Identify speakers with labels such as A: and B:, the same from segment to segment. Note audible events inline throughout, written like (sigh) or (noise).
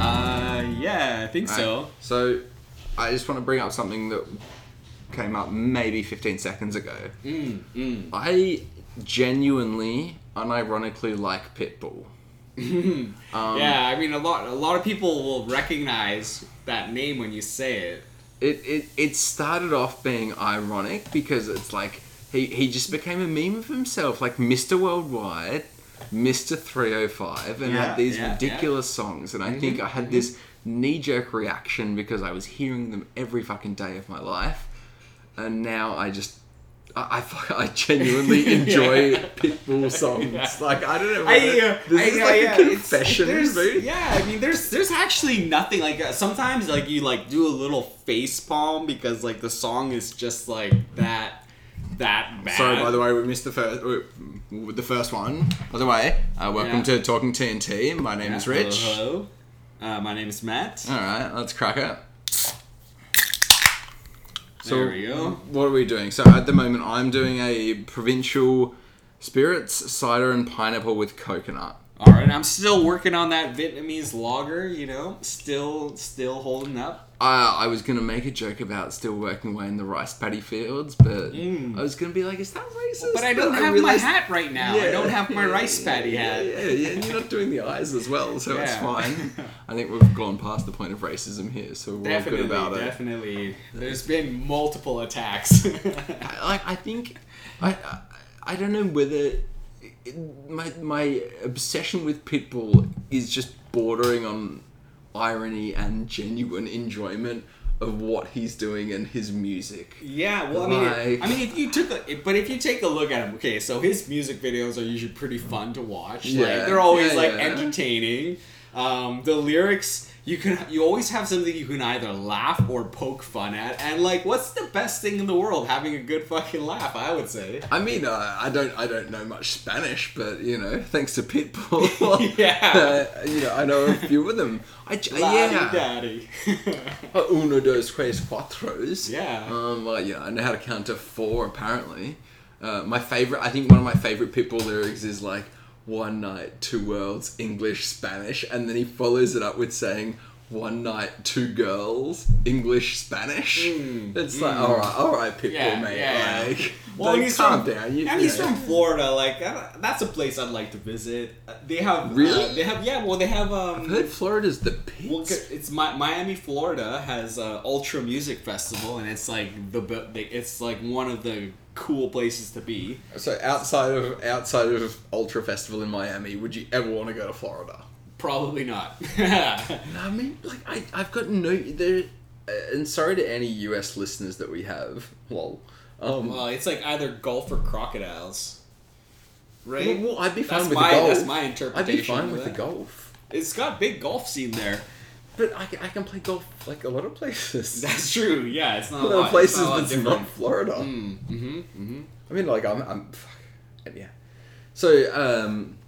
A: Uh, think
B: Right.
A: so.
B: So, I just want to bring up something that came up maybe 15 seconds ago.
A: Mm, mm.
B: I genuinely, unironically like Pitbull. um,
A: yeah, I mean a lot a lot of people will recognize that name when you say it.
B: It, it it started off being ironic because it's like he, he just became a meme of himself, like Mr. Worldwide, Mr. 305, and
A: Yeah,
B: had these
A: yeah, Mm-hmm, yeah.
B: ridiculous songs. And I think I had this knee jerk reaction because I was hearing them every fucking day of my life. And now I just. I, I, fuck- I (laughs) genuinely enjoy
A: (laughs) Yeah.
B: Pitbull songs. Like, I don't know.
A: I,
B: whether-
A: uh,
B: this
A: I-
B: is
A: yeah,
B: like
A: yeah,
B: a
A: it's-
B: confession,
A: there's-
B: dude.
A: Yeah, I mean, there's there's actually nothing like uh, sometimes like you like do a little face palm because like the song is just like that that bad.
B: Sorry, by the way, we missed the first uh, the first one. By the way, uh, welcome
A: Yeah.
B: to Talking TNT. My name is Rich.
A: Hello, hello. Uh, my name is Matt.
B: All right, let's crack it. So,
A: There we go.
B: What are we doing? So at the moment, I'm doing a provincial spirits cider and pineapple with coconut.
A: All right, I'm still working on that Vietnamese lager. You know, still still holding up.
B: I, I was gonna make a joke about still working away in the rice paddy fields, but
A: Mm.
B: I was gonna be like, is that racist?
A: But I don't have my
B: realised-
A: hat right now. I
B: Yeah.
A: don't have my (laughs) rice patty
B: Yeah,
A: hat.
B: yeah, yeah, and you're not doing the eyes as well, so it's
A: Yeah. (laughs)
B: fine. I think we've gone past the point of racism here, so we're
A: Definitely,
B: all good about it.
A: definitely. There's been multiple attacks. (laughs)
B: I- like I think I I, I don't know whether it, my my obsession with Pitbull is just bordering on irony and genuine enjoyment of what he's doing and his music.
A: yeah, well, I mean, it-
B: Like-
A: I mean, if you took, a, if- but if you take a look at him, okay, so his music videos are usually pretty fun to watch.
B: Yeah,
A: Like they're always
B: yeah,
A: like
B: yeah.
A: entertaining. Um, the lyrics. You can you always have something you can either laugh or poke fun at, and like, what's the best thing in the world? Having a good fucking laugh, I would say.
B: I mean, uh, I don't I don't know much Spanish, but you know, thanks to Pitbull,
A: (laughs) Yeah.
B: (laughs) uh, you know, I know a few of them. I j- yeah,
A: (laughs) Daddy.
B: Uh, uno dos tres cuatros.
A: yeah.
B: Um, well, yeah, I know how to count to four. Apparently, uh, my favorite. I think one of my favorite Pitbull lyrics is like "One night, two worlds, English, Spanish," and then he follows it up with saying "One night, two girls, English, Spanish."
A: Mm,
B: it's like, all right, all right, Pitbull,
A: Yeah,
B: mate.
A: yeah, yeah.
B: Like,
A: Well,
B: like,
A: he's
B: calm
A: from-
B: down. You,
A: and
B: you
A: he's
B: know.
A: from Florida. Like that- that's a place I'd like to visit. Uh, They have
B: Really?
A: uh, they have yeah. Well, they have
B: I
A: um.
B: heard Florida's the pits.
A: well, 'cause it's Mi- Miami, Florida has uh, Ultra Music Festival, and it's like the be- the- it's like one of the cool places to be.
B: so outside of outside of Ultra Festival in Miami, would you ever want to go to Florida?
A: Probably not. (laughs)
B: No, I mean, like, I, I've got no. There, uh, and sorry to any US listeners that we have. Lol. Um,
A: well, it's like either golf or crocodiles.
B: well,
A: Right.
B: well, I'd be fine
A: that's
B: with
A: my
B: the golf.
A: that's my
B: I'd
A: interpretation.
B: be fine
A: of
B: with the
A: that.
B: golf.
A: It's got big golf scene there. (laughs)
B: But I, I can play golf like a lot of (laughs) places.
A: That's true. Yeah, it's not
B: Oh, a mm-hmm,
A: a
B: lot
A: lot.
B: of places
A: it's not a lot
B: that's
A: different.
B: not Florida.
A: Mm, hmm hmm
B: I mean, like, I'm. I'm fuck, and yeah. So, um,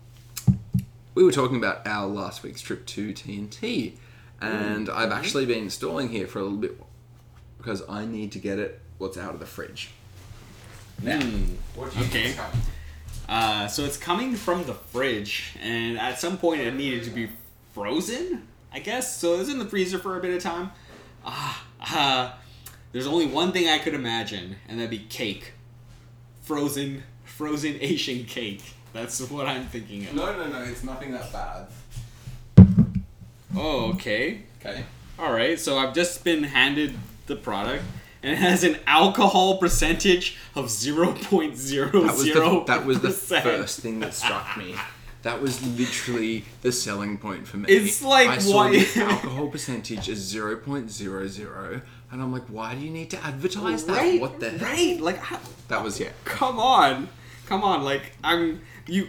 B: we were talking about our last week's trip to TNT, and I've actually been stalling here for a little bit because I need to get it what's out of the fridge. Now.
C: What do you
A: Okay.
C: think it's
A: Uh, so it's coming from the fridge, and at some point it needed to be frozen, I guess. So it was in the freezer for a bit of time. Ah, ah, there's only one thing I could imagine, and that'd be cake. Frozen, frozen Asian cake. That's what I'm thinking of.
B: No, no, no, it's nothing that bad.
A: Oh, okay.
B: Okay.
A: All right, so I've just been handed the product, and it has an alcohol percentage of zero point zero
B: That was,
A: zero.
B: the, that was the first thing that struck me. That was literally the selling point for me.
A: It's like,
B: I saw
A: why-
B: the alcohol percentage is zero point zero zero, and I'm like, why do you need to advertise that?
A: Right,
B: what the heck?
A: right? Like, I-
B: That was yeah.
A: come on, come on. Like, I'm you.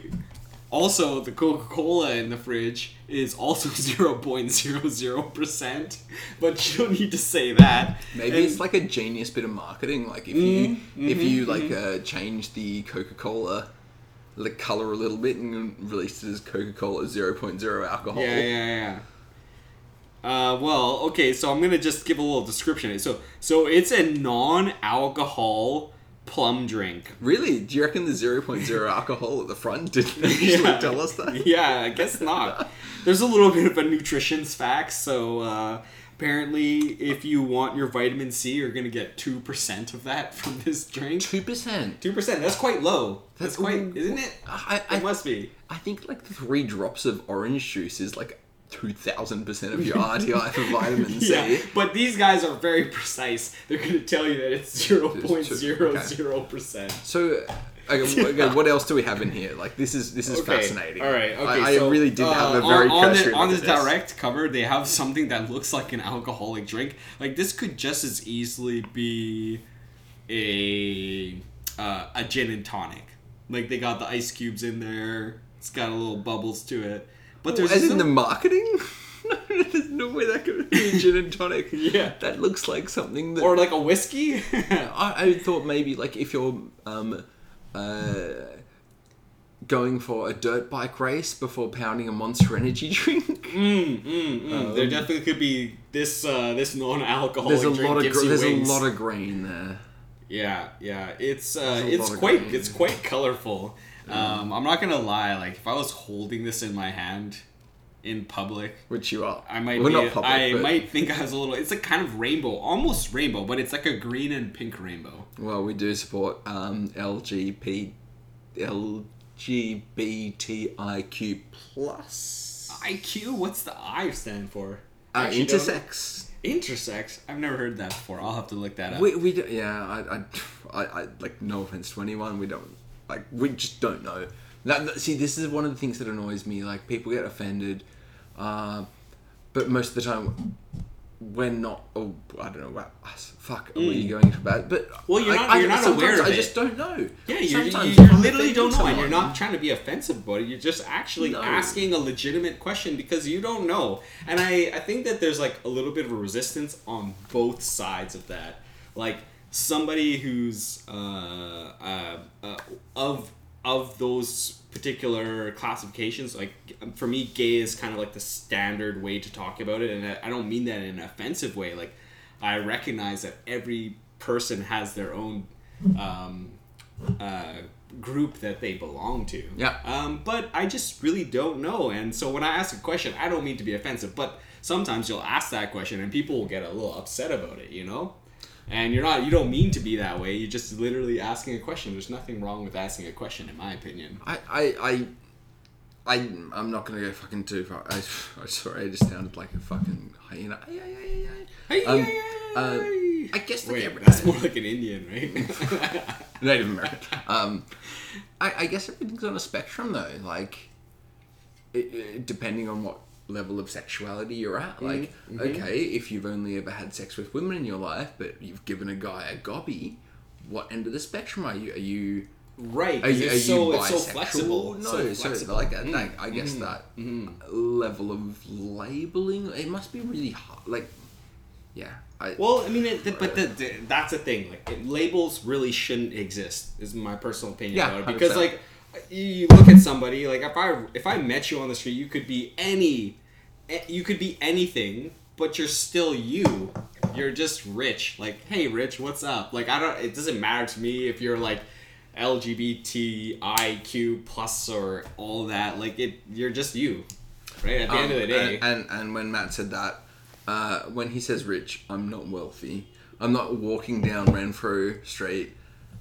A: Also, the Coca Cola in the fridge is also (laughs) zero point zero zero percent, but you don't need to say that.
B: Maybe
A: And- Mm-hmm,
B: it's like a genius bit of marketing. Like if you if you like uh, change the Coca Cola, the color a little bit, and release it as Coca Cola zero point zero alcohol.
A: Yeah, yeah, yeah. Uh, well, okay, so I'm gonna just give a little description. So, so it's a non-alcohol plum drink.
B: Really? Do you reckon the
A: (laughs)
B: 0.0 alcohol at the front didn't (laughs) actually
A: Yeah.
B: tell us that?
A: Yeah, I guess not. There's a little bit of a nutrition's fact, so uh, Apparently, if you want your vitamin C, you're gonna get two percent of that (laughs) from this drink.
B: Two percent.
A: Two percent. That's quite low.
B: That's-
A: That's quite, isn't it?
B: I,
A: It
B: I,
A: must be.
B: I think like three drops of orange juice is like two thousand percent of your RTI for vitamin C.
A: (laughs) Yeah, but these guys are very precise. They're gonna tell you that it's zero point zero zero percent.
B: So, okay, wh- okay, what else do we have in here? Like this is this is fascinating.
A: All right. Okay.
B: I, I
A: so,
B: really did have
A: uh,
B: a very
A: on, on,
B: cursory
A: the, on
B: look
A: this
B: at this.
A: direct cover. They have something that looks like an alcoholic drink. Like this could just as easily be a uh, a gin and tonic. Like they got the ice cubes in there. It's got a little bubbles to it. But there's
B: As in
A: some-
B: the marketing? (laughs) There's no way that could be a gin and tonic.
A: Yeah.
B: That looks like something that.
A: or like a whiskey. (laughs) Mm,
B: I, I thought maybe, like, if you're um, uh, going for a dirt bike race before pounding a monster energy (laughs) drink,
A: Mm, mm, mm. there definitely could be this uh, this non-alcoholic
B: Um, there's a
A: drink
B: lot of
A: gives
B: gr-
A: you
B: there's
A: wings.
B: a lot of green there.
A: Yeah, yeah. It's uh,
B: There's a
A: it's
B: lot of
A: quite
B: green.
A: it's quite colorful.
B: Mm-hmm.
A: Um, I'm not gonna lie. Like if I was holding this in my hand in public,
B: Which you are.
A: I might
B: We're
A: be,
B: not public.
A: I
B: but- (laughs)
A: might think I was a little. It's a kind of rainbow, almost rainbow, but it's like a green and pink rainbow.
B: Well, we do support um, LGP, LGBTIQ plus.
A: IQ. What's the I stand for?
B: Uh,
A: Actually, don't-
B: intersex.
A: Intersex. I've never heard that before. I'll have to look that up.
B: We, we do, yeah, I, I, I, I, like, no offense to anyone, we don't, like, we just don't know. That, that- see, this is one of the things that annoys me. Like, people get offended, uh, but most of the time, we're not. Oh, I don't know about us. Fuck, are we going to bad? But
A: Mm. Well, you're
B: I-
A: not-
B: I-
A: you're not
B: sometimes
A: aware of
B: I
A: it.
B: just don't know.
A: Yeah, you, you,
B: Sometimes
A: you
B: I'm
A: literally
B: offending
A: don't know, and you're
B: someone.
A: not trying to be offensive about it. You're just actually
B: No.
A: asking a legitimate question because you don't know. And I, I think that there's like a little bit of resistance on both sides of that. Like somebody who's uh, uh, uh, of of those particular classifications, like for me, gay is kind of like the standard way to talk about it, and I, I don't mean that in an offensive way. Like I recognize that every person has their own um, uh, group that they belong to.
B: Yeah.
A: Um, but I just really don't know. And so when I ask a question, I don't mean to be offensive, but sometimes you'll ask that question and people will get a little upset about it, you know? And you're not, you don't mean to be that way. You're just literally asking a question. There's nothing wrong with asking a question, in my opinion.
B: I, I, I, I, I'm not gonna go fucking too far. I, (laughs) I'm sorry, I just sounded like a fucking hyena. Ay, ay, ay, ay, ay. Um, uh, I guess the
A: Wait,
B: camera-
A: that's more like an Indian, right? (laughs)
B: Native American. (laughs) Um, I, I guess everything's on a spectrum though. Like, it, it- depending on what level of sexuality you're at.
A: Mm-hmm.
B: Like, okay, if you've only ever had sex with women in your life, but you've given a guy a gobby, what end of the spectrum are you? Are you?
A: right.
B: Are
A: 'cause
B: you, are
A: it's
B: you
A: so, it's so
B: bisexual?
A: flexible.
B: No,
A: so
B: so,
A: flexible. Mm-hmm.
B: like that. like, I guess that level of labeling. It must be really hard. Like, yeah. I,
A: Well, I mean, it, th- but the, the, that's the thing. Like, it, labels really shouldn't exist. Is my personal opinion
B: Yeah,
A: about it because,
B: 100%.
A: like, you- you look at somebody. Like, if I if I met you on the street, you could be any, eh, you could be anything, but you're still you. You're just rich. Like, hey, rich, what's up? Like, I don't. It doesn't matter to me if you're like LGBTIQ plus or all that. Like, it. You're just you, right? At the end of the
B: Um,
A: day.
B: And, and, and when Matt said that, uh, when he says rich, I'm not wealthy. I'm not walking down Renfrew Street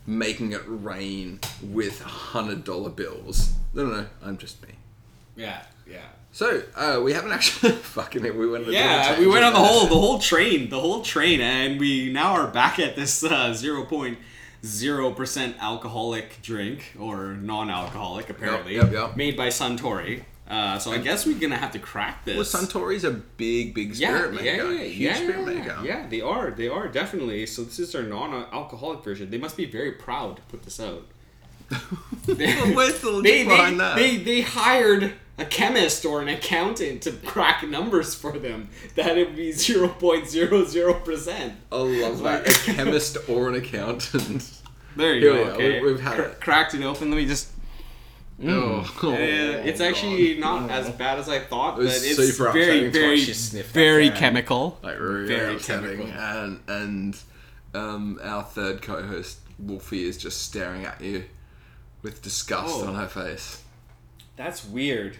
B: making it rain with $100 bills. No, no, no, I'm just me.
A: yeah. Yeah.
B: So, uh, we haven't actually. (laughs) fucking it, we went on a
A: Yeah,
B: tangent
A: we went on the
B: there.
A: whole the whole train, the whole train, and we now are back at this uh, zero point zero percent alcoholic drink or non-alcoholic, apparently
B: yep, yep.
A: made by Suntory. Uh, so I guess we're gonna have to crack this.
B: Well, Suntory's a big, big
A: yeah,
B: spirit
A: yeah,
B: maker.
A: yeah,
B: huge
A: yeah,
B: spirit maker.
A: yeah, they are, they are definitely. So this is their non-alcoholic version. They must be very proud to put this out.
B: Well, where's (laughs) the
A: They
B: logic
A: they,
B: behind that?
A: they they hired a chemist or an accountant to crack numbers for them. That would be zero point zero zero percent.
B: I love
A: (laughs)
B: that. A chemist or an accountant. (laughs)
A: There you
B: Here
A: go.
B: we are.
A: okay.
B: We- we've had
A: Cr-
B: it.
A: cracked it open. Let me just.
B: Oh,
A: Uh, it's actually not as bad as I thought, but
B: was
A: it's
B: super
A: very,
B: upsetting to
A: very,
B: watch you sniff that
A: very
B: down.
A: chemical.
B: like really
A: Very
B: upsetting.
A: chemical.
B: And and um, our third co-host Wolfie is just staring at you with disgust
A: Oh.
B: on her face.
A: That's weird.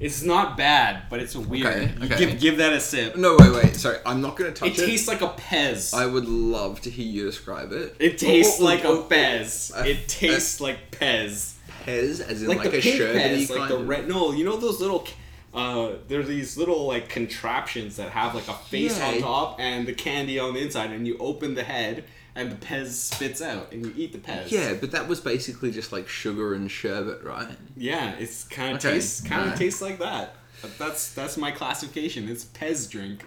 A: It's not bad, but it's weird.
B: Okay,
A: You
B: okay.
A: Give give that a sip.
B: No, wait, wait. Sorry, I'm not going to touch
A: it
B: it.
A: tastes like a Pez.
B: I would love to hear you describe it.
A: it tastes
B: Oh, oh,
A: like
B: oh,
A: a Pez.
B: uh,
A: it tastes like Pez.
B: Pez, as in
A: Like,
B: like,
A: the
B: a
A: pink
B: sherbety
A: Pez, like
B: kind
A: the
B: of-
A: red. No, you know those little. Uh, there are these little like contraptions that have like a face
B: Yeah.
A: on top and the candy on the inside, and you open the head and the Pez spits out, and you eat the Pez.
B: Yeah, but that was basically just like sugar and sherbet, right?
A: Yeah, it's kind of
B: Okay,
A: tastes kind of
B: alright.
A: tastes like that. But That's that's my classification. It's Pez drink.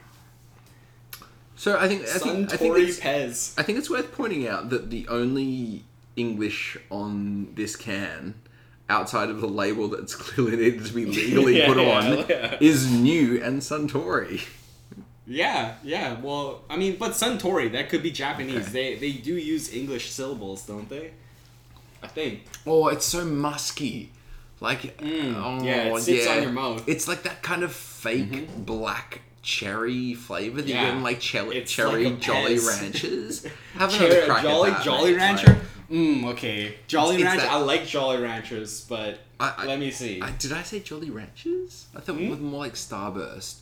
B: So I think I think, I think
A: Suntory
B: it's
A: Pez.
B: I think it's worth pointing out that the only English on this can, outside of the label that's (laughs) clearly needed to be legally
A: Yeah,
B: put
A: yeah,
B: on,
A: yeah.
B: is new and Suntory.
A: Yeah, yeah. Well, I mean, but Suntory that could be Japanese. They they do use English syllables, don't they? I think.
B: Oh, it's so musky. Like, oh,
A: Mm. yeah, it sits on
B: yeah.
A: your mouth.
B: It's like that kind of fake black cherry flavor that you
A: Yeah.
B: get in like cherry,
A: It's
B: cherry
A: like a
B: Jolly
A: Pez. (laughs)
B: Ranchers. Have another
A: Cherry,
B: crack
A: Jolly
B: at that,
A: Jolly
B: mate.
A: Rancher. Mm, okay. Jolly
B: It's- it's
A: Rancher.
B: that-
A: I like Jolly Ranchers, but
B: I- I-
A: let me see.
B: I, did I say Jolly Ranchers? I thought it
A: Hmm?
B: was more like Starburst,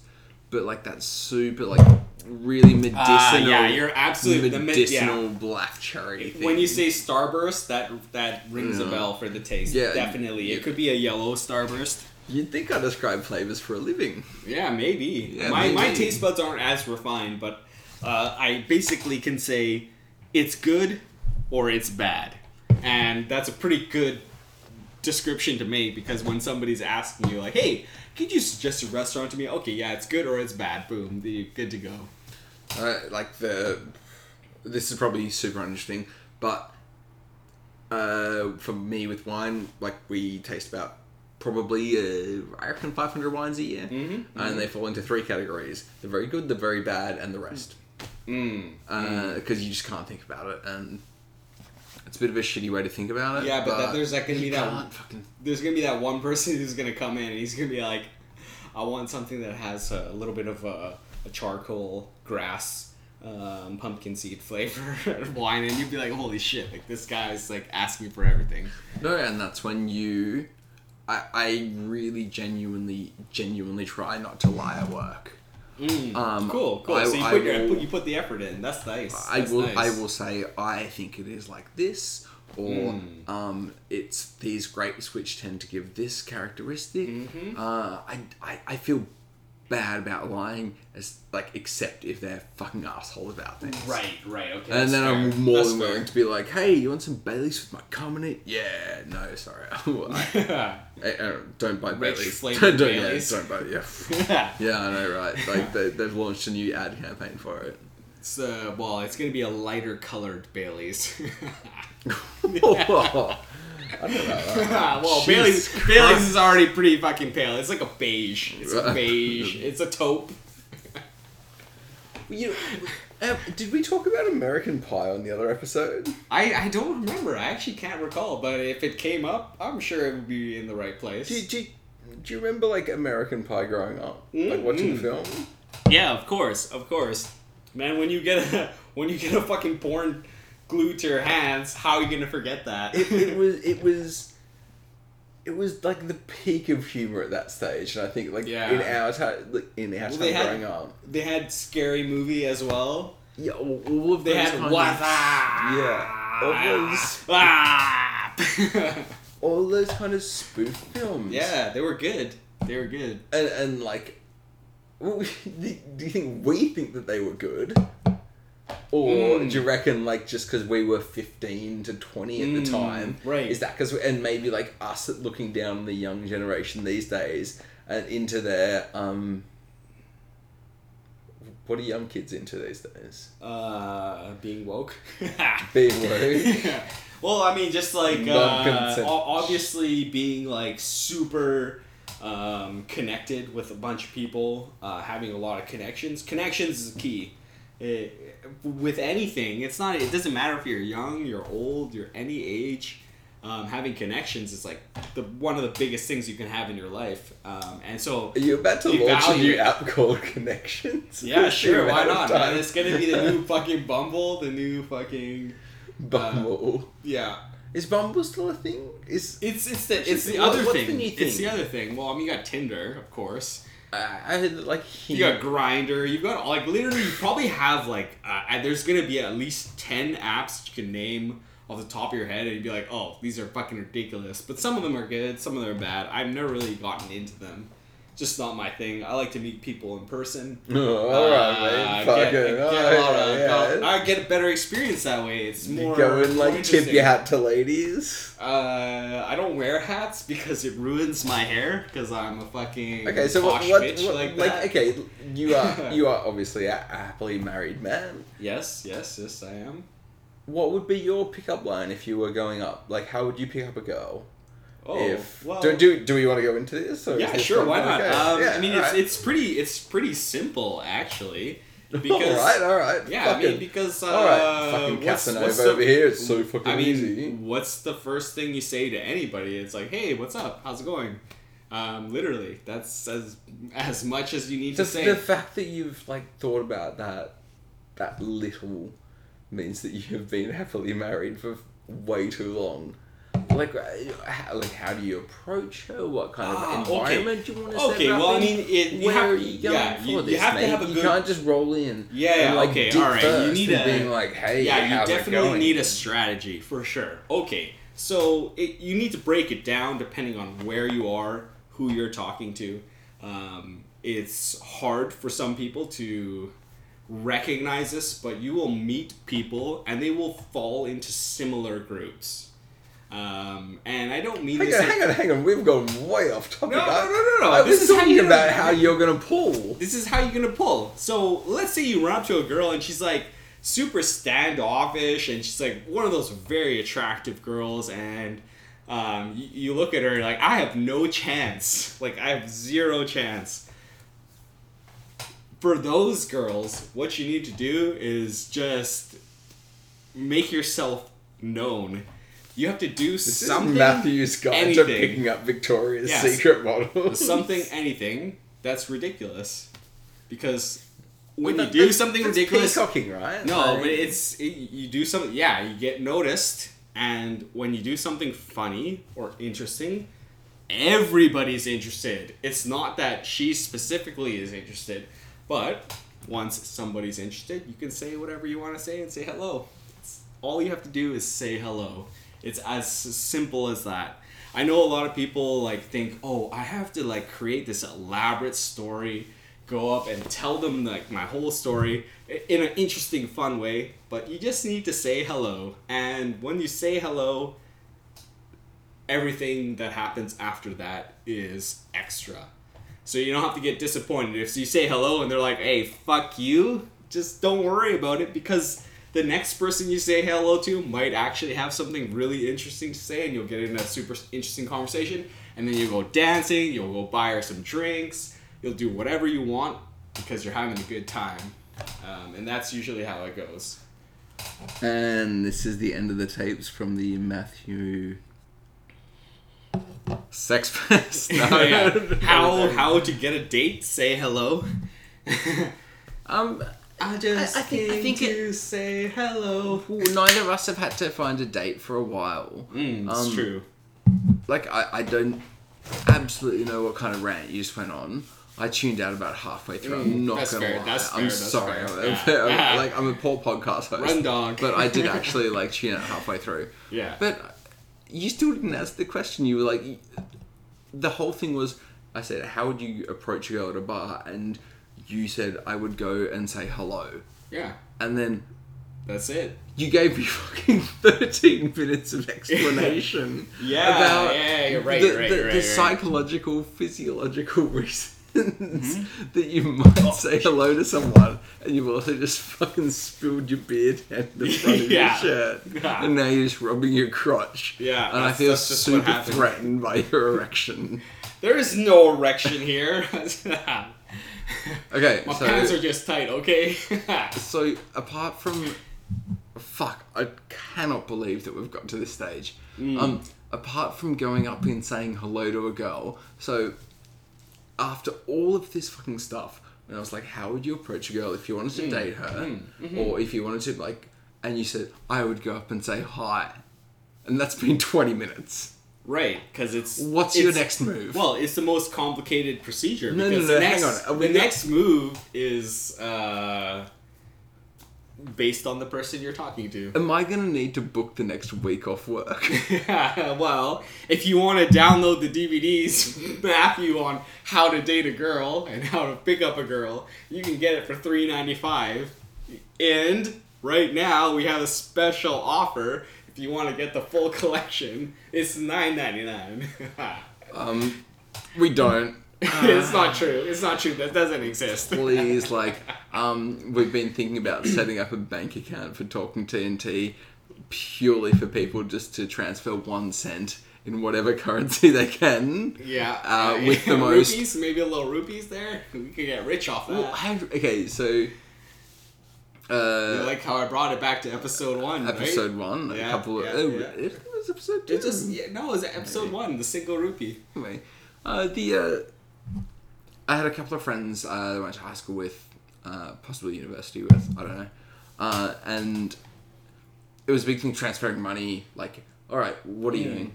B: but like that super like really medicinal.
A: Ah, yeah, you're absolutely the med-
B: medicinal
A: yeah.
B: black cherry. Thing.
A: When you say Starburst, that that rings a bell for the taste.
B: Yeah,
A: definitely.
B: you-
A: It could be a yellow Starburst.
B: you'd think I describe flavors for a living.
A: Yeah, maybe.
B: Yeah,
A: my, my
B: maybe.
A: taste buds aren't as refined, but uh, I basically can say it's good or it's bad. And that's a pretty good description to me because when somebody's asking you, like, hey, could you suggest a restaurant to me? Okay, yeah, it's good or it's bad. Boom, the- good to go.
B: Uh, like the this is probably super interesting, but uh, for me with wine, like we taste about probably uh, I reckon five hundred wines a year,
A: Mm-hmm.
B: and they fall into three categories: the very good, the very bad, and the rest.
A: Mm.
B: because you just can't think about it, and it's a bit of a shitty way to think about it.
A: Yeah, but that- there's that gonna
B: you
A: be that-
B: can't fucking
A: There's going to be that one person (laughs) who's going to come in and he's going to be like, I want something that has a little bit of a, a charcoal grass um, pumpkin seed flavor (laughs) wine, and you'd be like, "Holy shit!" Like this guy's like asking for everything.
B: no, and that's when you, I, I really genuinely, genuinely try not to lie at work. um,
A: Mm, cool, cool.
B: I-
A: so you
B: I
A: put, your,
B: will-
A: put- you put the effort in. That's nice.
B: I
A: That's
B: will,
A: nice.
B: I will say, I think it is like this, or
A: Hmm.
B: um, it's these grapes which tend to give this characteristic.
A: Mm-hmm.
B: Uh, I, I, I feel bad about lying as like except if they're fucking asshole about things.
A: Right, right, okay.
B: And
A: that's
B: then I'm
A: fair.
B: more
A: That's
B: than
A: fair.
B: willing to be like, "Hey, you want some Baileys with my cum in it?" Yeah, no, sorry, (laughs) I, I,
A: (laughs)
B: I don't- Eh, don't buy
A: Rich
B: Baileys. (laughs)
A: flavored
B: don't,
A: Baileys.
B: Yeah, don't buy. Yeah, (laughs)
A: (laughs)
B: yeah, I know, right? Like they, they've launched a new ad campaign for (laughs) it.
A: it's, uh, well, it's gonna be a lighter colored Bailey's. (laughs) well, (laughs)
B: Jesus
A: Bailey's,
B: Christ.
A: Bailey's is already pretty fucking pale. It's like a beige.
B: (laughs)
A: It's a beige. It's a taupe.
B: you, um, did we talk about American Pie on the other episode?
A: I, I don't remember. I actually can't recall. But if it came up, I'm sure it would be in the right place.
B: Do you, do you, do you remember like American Pie growing up, like watching the film?
A: Yeah, of course, of course. Man, when you get a (laughs) when you get a fucking porn glued to your hands, how are you gonna forget that?
B: it,
A: (laughs)
B: it was it was it was like the peak of humor at that stage and i think like
A: Yeah.
B: in our time like, in our
A: they
B: time
A: had-
B: growing up
A: they had scary movie as well.
B: yeah all, all of
A: They
B: those
A: had
B: kind
A: what?
B: of, yeah all those,
A: Ah. (laughs)
B: all those kind of spoof films
A: yeah, they were good. They were good.
B: and, and like w- (laughs) do you think we think that they were good or
A: Hmm.
B: do you reckon like just because we were 15 to 20 at
A: Mm,
B: the time
A: right.
B: is that because and maybe like us looking down on the young generation these days and into their um what are young kids into these days
A: Uh, being woke. (laughs)
B: being woke
A: well, I mean, just like uh,
B: Non-consent.
A: o- obviously being like super um, connected with a bunch of people, uh, having a lot of connections. Connections is key. It, with anything, it's not. It doesn't matter if you're young, you're old, you're any age. Um, having connections is like the one of the biggest things you can have in your life. Um, and so
B: are you about to
A: You
B: launch a
A: value
B: new
A: it.
B: app called (laughs) connections (laughs)
A: yeah, sure, why
B: Amount of
A: not? Man?
B: time.
A: It's gonna be the new fuccking Bumble, the new fucking
B: (laughs) bumble
A: yeah.
B: Is Bumble still a thing? Is
A: It's it's the
B: Actually,
A: it's the
B: what-
A: other
B: what's
A: thing.
B: the new
A: It's
B: thing?
A: the other thing. Well, I mean, you got Tinder, of course.
B: I I heard that, like he,
A: You got Grinder. You've got like literally, you probably have like uh, uh, there's gonna be at least ten apps that you can name off the top of your head, and you'd be like, oh, these are fucking ridiculous. But some of them are good, some of them are bad. I've never really gotten into them. Just not my thing. I like to meet people in person.
B: Oh, all right,
A: Uh,
B: mate.
A: get-
B: Fuck it.
A: get a
B: All
A: lot of- uh,
B: right, yeah.
A: I get a better experience that way. It's more
B: You go and
A: more
B: like tip
A: interesting.
B: your hat to ladies.
A: Uh, I don't wear hats because it ruins my hair because I'm a fucking
B: Okay, so what?
A: posh
B: what,
A: bitch
B: what-
A: like,
B: like,
A: that.
B: okay, you
A: (laughs)
B: are you are obviously a happily married man.
A: Yes, yes, yes, I am.
B: What would be your pickup line if you were going up? Like, how would you pick up a girl?
A: Oh,
B: if
A: well,
B: do, do do we want to go into this? Or is
A: yeah,
B: this
A: sure, why
B: one-
A: not?
B: okay,
A: Um,
B: yeah,
A: I mean, it's
B: alright.
A: it's pretty it's pretty simple actually
B: (laughs)
A: because
B: all right, all right.
A: yeah,
B: fucking,
A: I mean because uh,
B: all right, fucking
A: what's,
B: Casanova
A: what's the,
B: over here. It's so fucking
A: I mean,
B: easy.
A: what's the first thing you say to anybody? It's like, hey, what's up? How's it going? Um, literally, that's as as much as you need to
B: Just
A: say.
B: the fact that you've like thought about that that little means that you have been happily married for way too long. Like, uh, how, like, how do you approach her? What kind of
A: Ah, okay.
B: environment do you want to set
A: Okay,
B: her up
A: well, I
B: in?
A: mean, it- you
B: where
A: have-
B: are you going
A: yeah,
B: for
A: you- you
B: this,
A: have to
B: mate?
A: have a
B: you
A: good-
B: can't just roll in.
A: Yeah,
B: and, like,
A: okay,
B: dick
A: all right, you
B: First
A: need
B: and
A: a-
B: being like, hey,
A: yeah, you
B: how's it
A: definitely
B: going?
A: need a strategy for sure. Okay, so it, you need to break it down depending on where you are, who you're talking to. Um, it's hard for some people to recognize this, but you will meet people and they will fall into similar groups. Um, and I don't mean
B: Hang
A: this.
B: on,
A: in-
B: hang on, hang on. We've gone way off topic.
A: No, no,
B: I-
A: no, no, no.
B: I
A: This
B: was
A: is how
B: talking
A: you-
B: about how you're gonna pull.
A: this is how you're gonna pull. So let's say you run up to a girl and she's like super standoffish, and she's like one of those very attractive girls, and um, you, you look at her and you're like I have no chance, like I have zero chance. For those girls, what you need to do is just make yourself known. You have to do
B: This is
A: something.
B: Matthew's guide to
A: anything.
B: picking up Victoria's
A: Yes.
B: Secret models. (laughs)
A: something anything that's ridiculous because
B: Well,
A: when
B: that-
A: you do
B: that's-
A: something
B: that's
A: ridiculous
B: peacocking, right?
A: no
B: Like-
A: but it's it, you do something yeah you get noticed and when you do something funny or interesting everybody's interested it's not that she specifically is interested but once somebody's interested you can say whatever you want to say and say hello It's- all you have to do is say hello it's as simple as that i know a lot of people like think oh i have to like create this elaborate story go up and tell them like my whole story i- in an interesting fun way but you just need to say hello and when you say hello everything that happens after that is extra. So you don't have to get disappointed. If you say hello and they're like, hey, fuck you, just don't worry about it because the next person you say hello to might actually have something really interesting to say and you'll get in a super interesting conversation. And then you'll go dancing, you'll go buy her some drinks, you'll do whatever you want because you're having a good time. Um, and that's usually how it goes.
B: And this is the end of the tapes from the Matthew.
A: (laughs)
B: Sex Pest. No.
A: Oh, Yeah. (laughs) How, how to get a date, say hello. (laughs)
B: Um,
A: I just
B: I- I think- I
A: came
B: think it-
A: to say hello.
B: well, neither of us have had to find a date for a while.
A: Mm, it's
B: Um,
A: true.
B: Like, I, I don't absolutely know what kind of rant you just went on. I tuned out about halfway through. I'm not
A: Mm, that's
B: gonna
A: fair,
B: lie.
A: that's
B: I'm
A: fair, that's
B: sorry.
A: fair.
B: I'm-
A: Yeah.
B: I'm- (laughs)
A: Yeah.
B: like I'm a poor podcast host.
A: Run dog.
B: But I (laughs) did actually like tune out halfway through.
A: Yeah.
B: But you still didn't answer the question. You were like, the whole thing was, I said, how would you approach a girl at a bar? And you said, I would go and say hello.
A: yeah,
B: And then
A: that's it.
B: you gave me (laughs) fucking 13 minutes of explanation.
A: (laughs) Yeah, yeah, you're right,
B: the, the,
A: you're right, you're right,
B: the
A: you're right.
B: psychological, physiological (laughs) reasons
A: Mm-hmm.
B: (laughs) that you might
A: Oh.
B: say hello to someone, and you've also just fucking spilled your beer down the
A: (laughs)
B: front of
A: Yeah.
B: your shirt,
A: Yeah.
B: and now you're just rubbing your crotch.
A: Yeah,
B: and I
A: that's-
B: feel
A: that's just what
B: super
A: happened.
B: threatened by your erection.
A: There is no erection here. (laughs)
B: Okay,
A: My
B: so
A: pants are just tight. Okay. (laughs)
B: So apart from fuck, I cannot believe that we've got to this stage.
A: Mm.
B: Um, apart from going up and saying hello to a girl, so after all of this fucking stuff, when I was like, how would you approach a girl if you wanted
A: Mm.
B: to date
A: Mm-hmm.
B: her, or if you wanted to like, and you said I would go up and say hi. and that's been (laughs) 20 minutes.
A: Right, because it's
B: What's
A: it's-
B: your next move?
A: Well, it's the most complicated procedure
B: No, no,
A: because
B: no,
A: the,
B: hang
A: next,
B: on. Are we
A: the
B: not-
A: next move is uh, based on the person you're talking to.
B: Am I going to need to book the next week off work? (laughs)
A: (laughs) well, if you want to download the (laughs) DVDs map you on how to date a girl and how to pick up a girl, you can get it for three ninety five. And right now we have a special offer. If you want to get the full collection, it's nine ninety nine.
B: um, we don't.
A: (laughs) it's
B: Ah.
A: not true. It's not true. That doesn't exist.
B: Please, like, um, we've been thinking about setting up a bank account for Talking TNT purely for people just to transfer one cent in whatever currency they can.
A: (laughs) Yeah.
B: Uh,
A: yeah,
B: with
A: yeah. (laughs)
B: the most-
A: rupees, maybe a little rupees there. We could get rich off that.
B: Well, I, okay, so.
A: Uh, You
B: Uh,
A: like how I brought it back to episode one, right?
B: episode one, a
A: Yeah,
B: couple of.
A: yeah,
B: oh,
A: yeah.
B: It was episode two.
A: It just yeah, no, it was episode one, the single rupee.
B: Anyway, uh, the uh, I had a couple of friends uh, that I went to high school with, uh, possibly university with, I don't know, uh, and it was a big thing transferring money. Like, all right, what are you doing?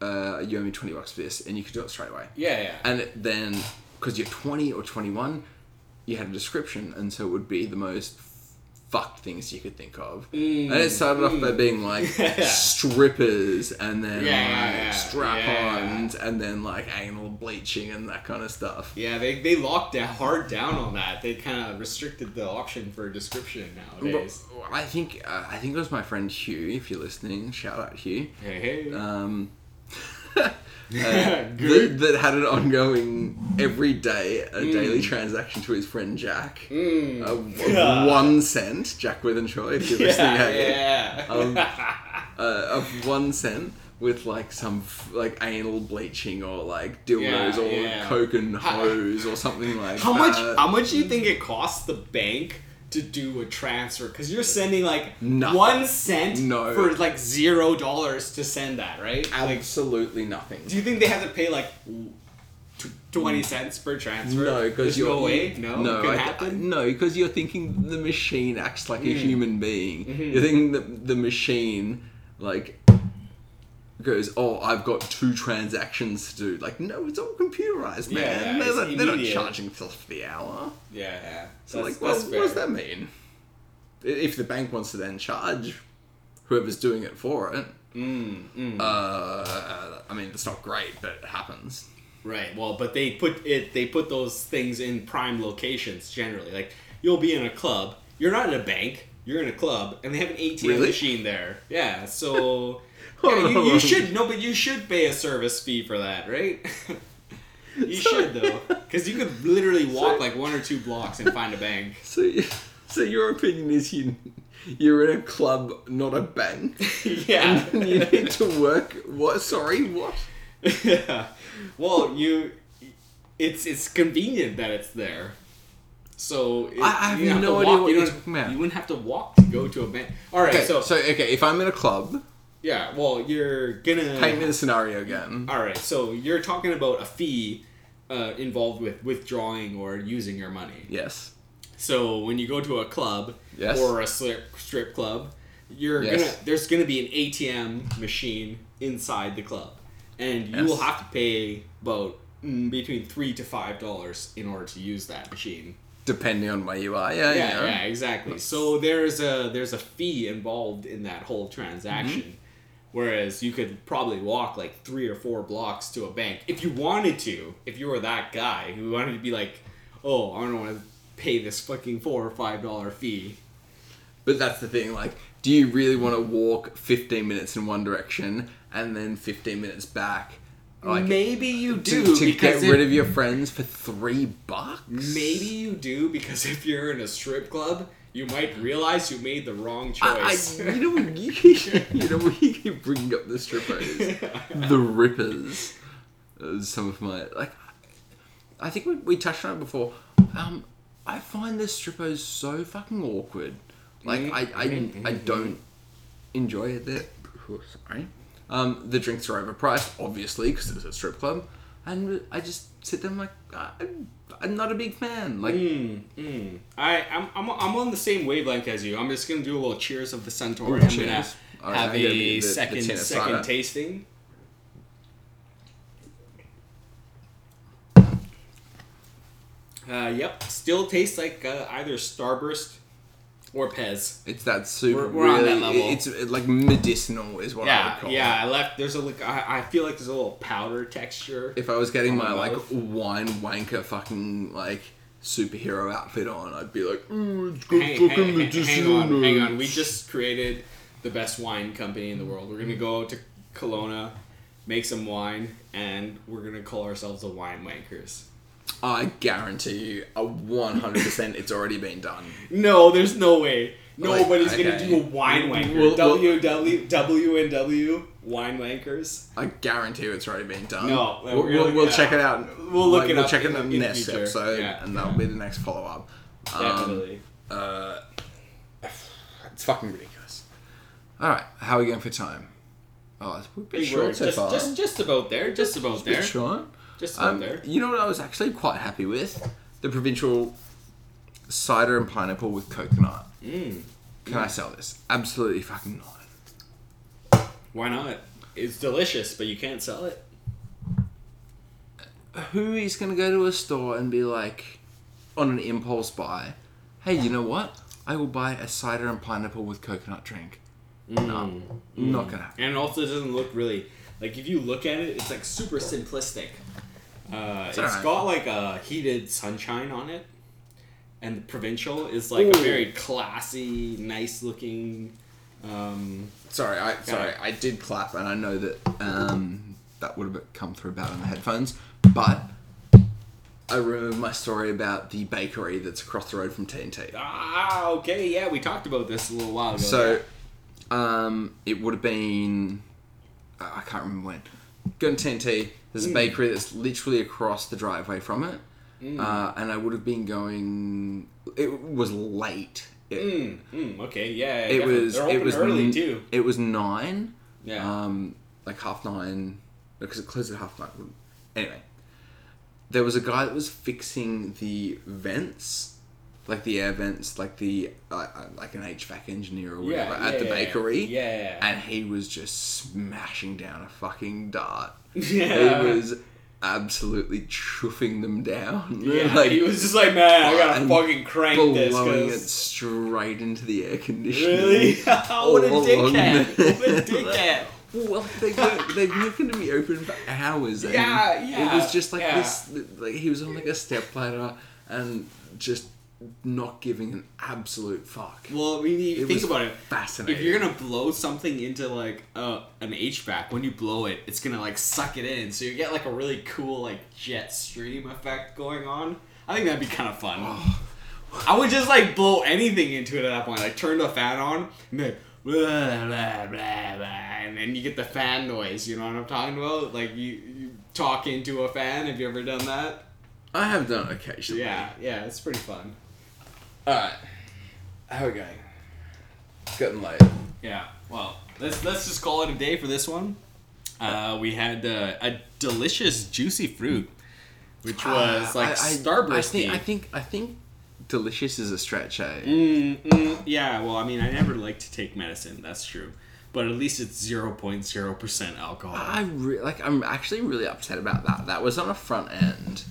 B: Uh, you owe me twenty bucks for this, and you could do it straight away.
A: Yeah, yeah.
B: And then, because you're twenty or twenty-one, you had a description, and so it would be the most fucked things you could think of. And it started off by being like
A: (laughs)
B: strippers, and then
A: Mm. Yeah,
B: like,
A: yeah,
B: strap-ons, and then like anal bleaching and that kind of stuff.
A: yeah, they, they locked down hard down on that. They kind of restricted the option for description nowadays.
B: Well, I think uh, I think it was my friend Hugh. If you're listening, shout out Hugh.
A: Hey, hey. (laughs)
B: Um, uh, that,
A: Good. Hmm.
B: that had an ongoing every day a daily transaction to his friend Jack.
A: Mm.
B: Uh, w- (laughs)
A: Yeah.
B: One cent, Jack with and Troy. If you're listening,
A: (laughs) yeah, Oh,
B: hey.
A: yeah.
B: Um,
A: (laughs)
B: uh, of one cent with like some f- like anal bleaching or like dildos
A: Yeah,
B: or
A: yeah.
B: coke and
A: How-
B: hose or something like
A: how much?
B: that.
A: How much do you think it costs the bank to do a transfer? Because you're sending like
B: Nothing.
A: one cent
B: No.
A: for like zero dollars to send that, right? Like,
B: Absolutely nothing.
A: do you think they have to pay like tw- twenty cents per transfer?
B: No, because
A: There's
B: you're
A: Mm. no way. No, it
B: I-
A: could
B: I-
A: happen. Mm.
B: no, because you're thinking the machine acts like a human being.
A: Mm-hmm.
B: You're thinking that the machine like goes, oh, I've got two transactions to do. Like, no, it's all computerized,
A: Yeah,
B: man.
A: yeah,
B: they're,
A: it's
B: not, they're not
A: immediate.
B: charging for the hour.
A: yeah, yeah.
B: So
A: That's-
B: like, what,
A: that's
B: what does
A: fair.
B: that mean? I- If the bank wants to then charge whoever's doing it for it,
A: Mm,
B: Uh, I mean, it's not great, but it happens.
A: Right. Well, but they put it. They put those things in prime locations generally. Like you'll be in a club. You're not in a bank. You're in a club, and they have an ATM
B: Really?
A: machine there.
B: (laughs)
A: Yeah. So
B: Hold
A: yeah,
B: on,
A: you,
B: hold
A: you
B: on.
A: should no, but you should pay a service fee for that, right? (laughs) you should
B: (laughs)
A: though, because you could literally walk like one or two blocks and find a
B: (laughs)
A: bank.
B: So, so your opinion is you you're in a club, not a bank.
A: (laughs) yeah.
B: you (laughs) need to work. What? Sorry, what?
A: yeah. (laughs) Well, you. It's it's convenient that it's there. So it,
B: I- I have
A: you don't
B: no
A: to
B: idea
A: walk-
B: what
A: you
B: you're
A: don't-
B: talking about.
A: You wouldn't have to walk to go to a bank. All right.
B: Okay,
A: so,
B: so, okay, if I'm in a club,
A: yeah. Well, you're gonna.
B: paint me the scenario again.
A: All right. So you're talking about a fee uh, involved with withdrawing or using your money.
B: Yes.
A: So when you go to a club
B: Yes.
A: or a strip, strip club, you're
B: Yes.
A: gonna there's gonna be an ATM machine inside the club, and you will
B: Yes.
A: have to pay about mm, between three to five dollars in order to use that machine.
B: Depending on where you are, yeah,
A: Yeah,
B: you know.
A: yeah, exactly. So there's a there's a fee involved in that whole transaction.
B: Mm-hmm.
A: Whereas you could probably walk like three or four blocks to a bank if you wanted to. If you were that guy who wanted to be like, oh, I don't want to pay this fucking four or five dollar fee.
B: But that's the thing. Like, do you really want to walk 15 minutes in one direction and then 15 minutes back? Like,
A: maybe you do
B: to, to get
A: because
B: rid
A: if-
B: of your friends for three bucks?
A: maybe you do because if you're in a strip club, you might realize you made the wrong
B: I,
A: choice.
B: I, you know, you keep, (laughs) you know, you keep bringing up the strippers,
A: (laughs)
B: the rippers. Uh, Some of my like, I think we, we touched on it before. Um, I find the strippers so fucking awkward. Like, I, I, I don't enjoy it. That oh, sorry. Um, the drinks are overpriced, obviously, because it's a strip club, and I just sit there and like, I, I'm not a big fan. Like,
A: Mm. I, I'm, I'm, I'm on the same wavelength as you. I'm just gonna do a little cheers of the Centaur.
B: Ooh,
A: I'm gonna
B: cheers. All right,
A: have
B: I'm gonna
A: a
B: be the- the
A: second
B: tin of
A: second
B: cider.
A: tasting. Uh, yep, still tastes like uh, either Starburst or Pez.
B: It's that super.
A: We're- we're on
B: really,
A: that level.
B: It's uh, like medicinal is what I would
A: yeah,
B: call
A: yeah.
B: it.
A: I left. There's a like. I, I feel like there's a little powder texture.
B: If I was getting my like
A: Almost.
B: wine wanker fucking like superhero outfit on, I'd be like, "Ooh, it's good
A: Hey, hey,
B: fucking uh,
A: hey,
B: medicinal."
A: hang on, hang on. We just created the best wine company in the world. We're gonna
B: Mm.
A: go to Kelowna, make some wine, and we're gonna call ourselves the Wine Wankers.
B: I guarantee you, a one hundred percent, it's already been done.
A: No, there's no way. Nobody's
B: Like,
A: gonna
B: okay.
A: do a wine
B: Well,
A: wanker.
B: well-
A: WW WNW wine wankers.
B: I guarantee you, it's already been done.
A: No,
B: we'll,
A: we're
B: we'll,
A: gonna-
B: we'll
A: yeah.
B: check it out.
A: We'll look it
B: we'll
A: up
B: check
A: in-
B: it out in
A: in
B: the
A: the
B: next
A: future.
B: episode,
A: Yeah.
B: and that'll be the next follow up.
A: Definitely.
B: Uh, it's fucking ridiculous. All right, how are we going for time? Oh, it's a bit
A: Big
B: short
A: word.
B: so
A: just,
B: far.
A: just just about there. Just about
B: bit
A: there.
B: short.
A: Just about
B: Um,
A: there.
B: you know what I was actually quite happy with? The provincial cider and pineapple with coconut.
A: Mm,
B: Can I sell this? Absolutely fucking not.
A: why not? It's delicious, but you can't sell it.
B: Who is going to go to a store and be like, on an impulse buy, hey, you know what? I will buy a cider and pineapple with coconut drink.
A: Mm.
B: Not gonna happen.
A: And also, it doesn't look really like if you look at it, it's like super simplistic. Uh, it's
B: alright.
A: got like a heated sunshine on it, and the provincial is like
B: Ooh.
A: a very classy, nice looking. Um,
B: Sorry, I sorry, I did clap, and I know that um, that would have come through bad on the headphones, but I remember my story about the bakery that's across the road from TNT.
A: ah, okay, yeah, we talked about this a little while ago.
B: So, um, it would have been uh, I can't remember when. Go to TNT. There's
A: Hmm.
B: a bakery that's literally across the driveway from it,
A: Hmm.
B: uh, and I would have been going. It was late. It,
A: yeah. mm, mm, okay, yeah,
B: it
A: definitely.
B: was.
A: They're
B: It
A: open
B: was
A: early
B: n-
A: too.
B: It was nine.
A: Yeah,
B: um, like half nine because it closed at half nine. Anyway, there was a guy that was fixing the vents, like the air vents, like the uh, uh, like an HVAC engineer or
A: yeah,
B: whatever at the
A: yeah,
B: bakery,
A: Yeah,
B: and he was just smashing down a fucking dart.
A: (laughs) yeah.
B: He was absolutely chuffing them down. (laughs)
A: Yeah, he was just like, man, I gotta
B: and
A: fucking crank this.
B: blowing it
A: 'cause-
B: straight into the air conditioning.
A: (laughs) Really?
B: (laughs)
A: what a
B: All along
A: dickhead!
B: there. (laughs)
A: What a dickhead!
B: Well, (laughs) they they've been going to be open for hours. And
A: Yeah, yeah,
B: It was just like
A: yeah.
B: this. Like he was on like a stepladder and just not giving an absolute fuck.
A: Well, I mean, you
B: It
A: think
B: was
A: about it. If
B: Fascinating.
A: you're gonna blow something into like uh, an HVAC, when you blow it, it's gonna like suck it in, so you get like a really cool like jet stream effect going on. I think that'd be kind of fun.
B: Oh.
A: I would just like blow anything into it at that point. Like turn the fan on, and then blah blah blah blah, and then you get the fan noise. You know what I'm talking about? Like you, you talk into a fan. Have you ever done that?
B: I have done it occasionally.
A: Yeah, yeah, it's pretty fun.
B: All right. How are we going? It's getting late.
A: Yeah. Well, let's let's just call it a day for this one. Uh, we had uh, a delicious juicy fruit, which was
B: I-
A: like
B: Ah, I-
A: starburst.
B: I think, I think. I think. Delicious is a stretch, eh?
A: Mm, mm, yeah. Well, I mean, I never like to take medicine. That's true. But at least it's zero point zero percent alcohol.
B: I re- like. I'm actually really upset about that. That was on a front end,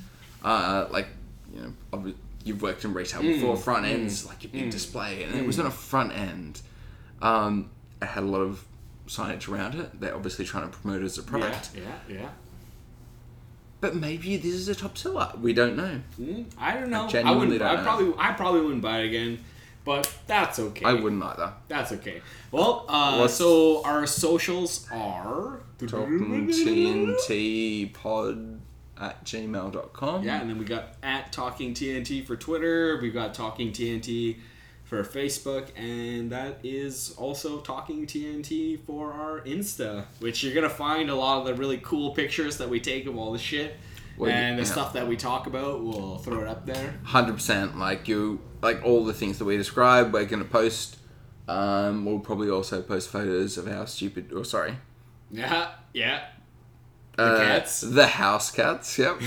B: uh, like you know, obvi- you've worked in retail
A: Hmm.
B: before. Front ends like your big display, and it was on a front end. Um, it had a lot of signage around it. They're obviously trying to promote it as a
A: yeah,
B: product,
A: yeah, yeah.
B: but maybe this is a top seller. We don't know.
A: Mm, I don't know. I,
B: genuinely
A: wouldn't.
B: don't
A: I
B: know.
A: probably. I probably wouldn't buy it again. But that's okay.
B: I wouldn't either.
A: That's okay. Well, uh,
B: What's-
A: so our socials are
B: Talking TNT pod at gmail.com.
A: Yeah, and then we got at Talking TNT for Twitter. We've got Talking TNT for Facebook, and that is also Talking TNT for our Insta, which you're gonna find a lot of the really cool pictures that we take of all the shit.
B: Well, (laughs)
A: and the
B: yeah.
A: stuff that we talk about, we'll throw it up there.
B: hundred percent. Like you, like all the things that we describe, we're gonna post. Um, we'll probably also post photos of our stupid, or sorry,
A: Yeah, yeah. (laughs)
B: uh,
A: cats?
B: the house (laughs) cats. Yep.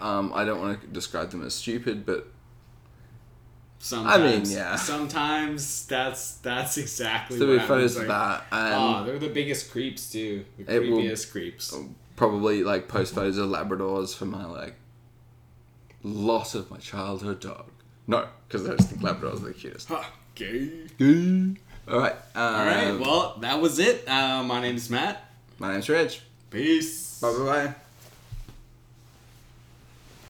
B: um, I don't want to describe them as stupid, but
A: Sometimes,
B: yeah.
A: Sometimes that's that's exactly
B: So
A: what
B: we
A: happens.
B: focus
A: Like,
B: that
A: oh,
B: and
A: they're the biggest creeps too. The
B: It will- Oh.
A: creepiest creeps.
B: probably like post photos of Labradors for my like loss of my childhood dog. No, because I just think Labradors are the cutest.
A: Okay.
B: All right. Um,
A: All Uh, right. Well, that was it. Uh, my name's Matt.
B: my name's Reg.
A: Peace.
B: Bye bye bye.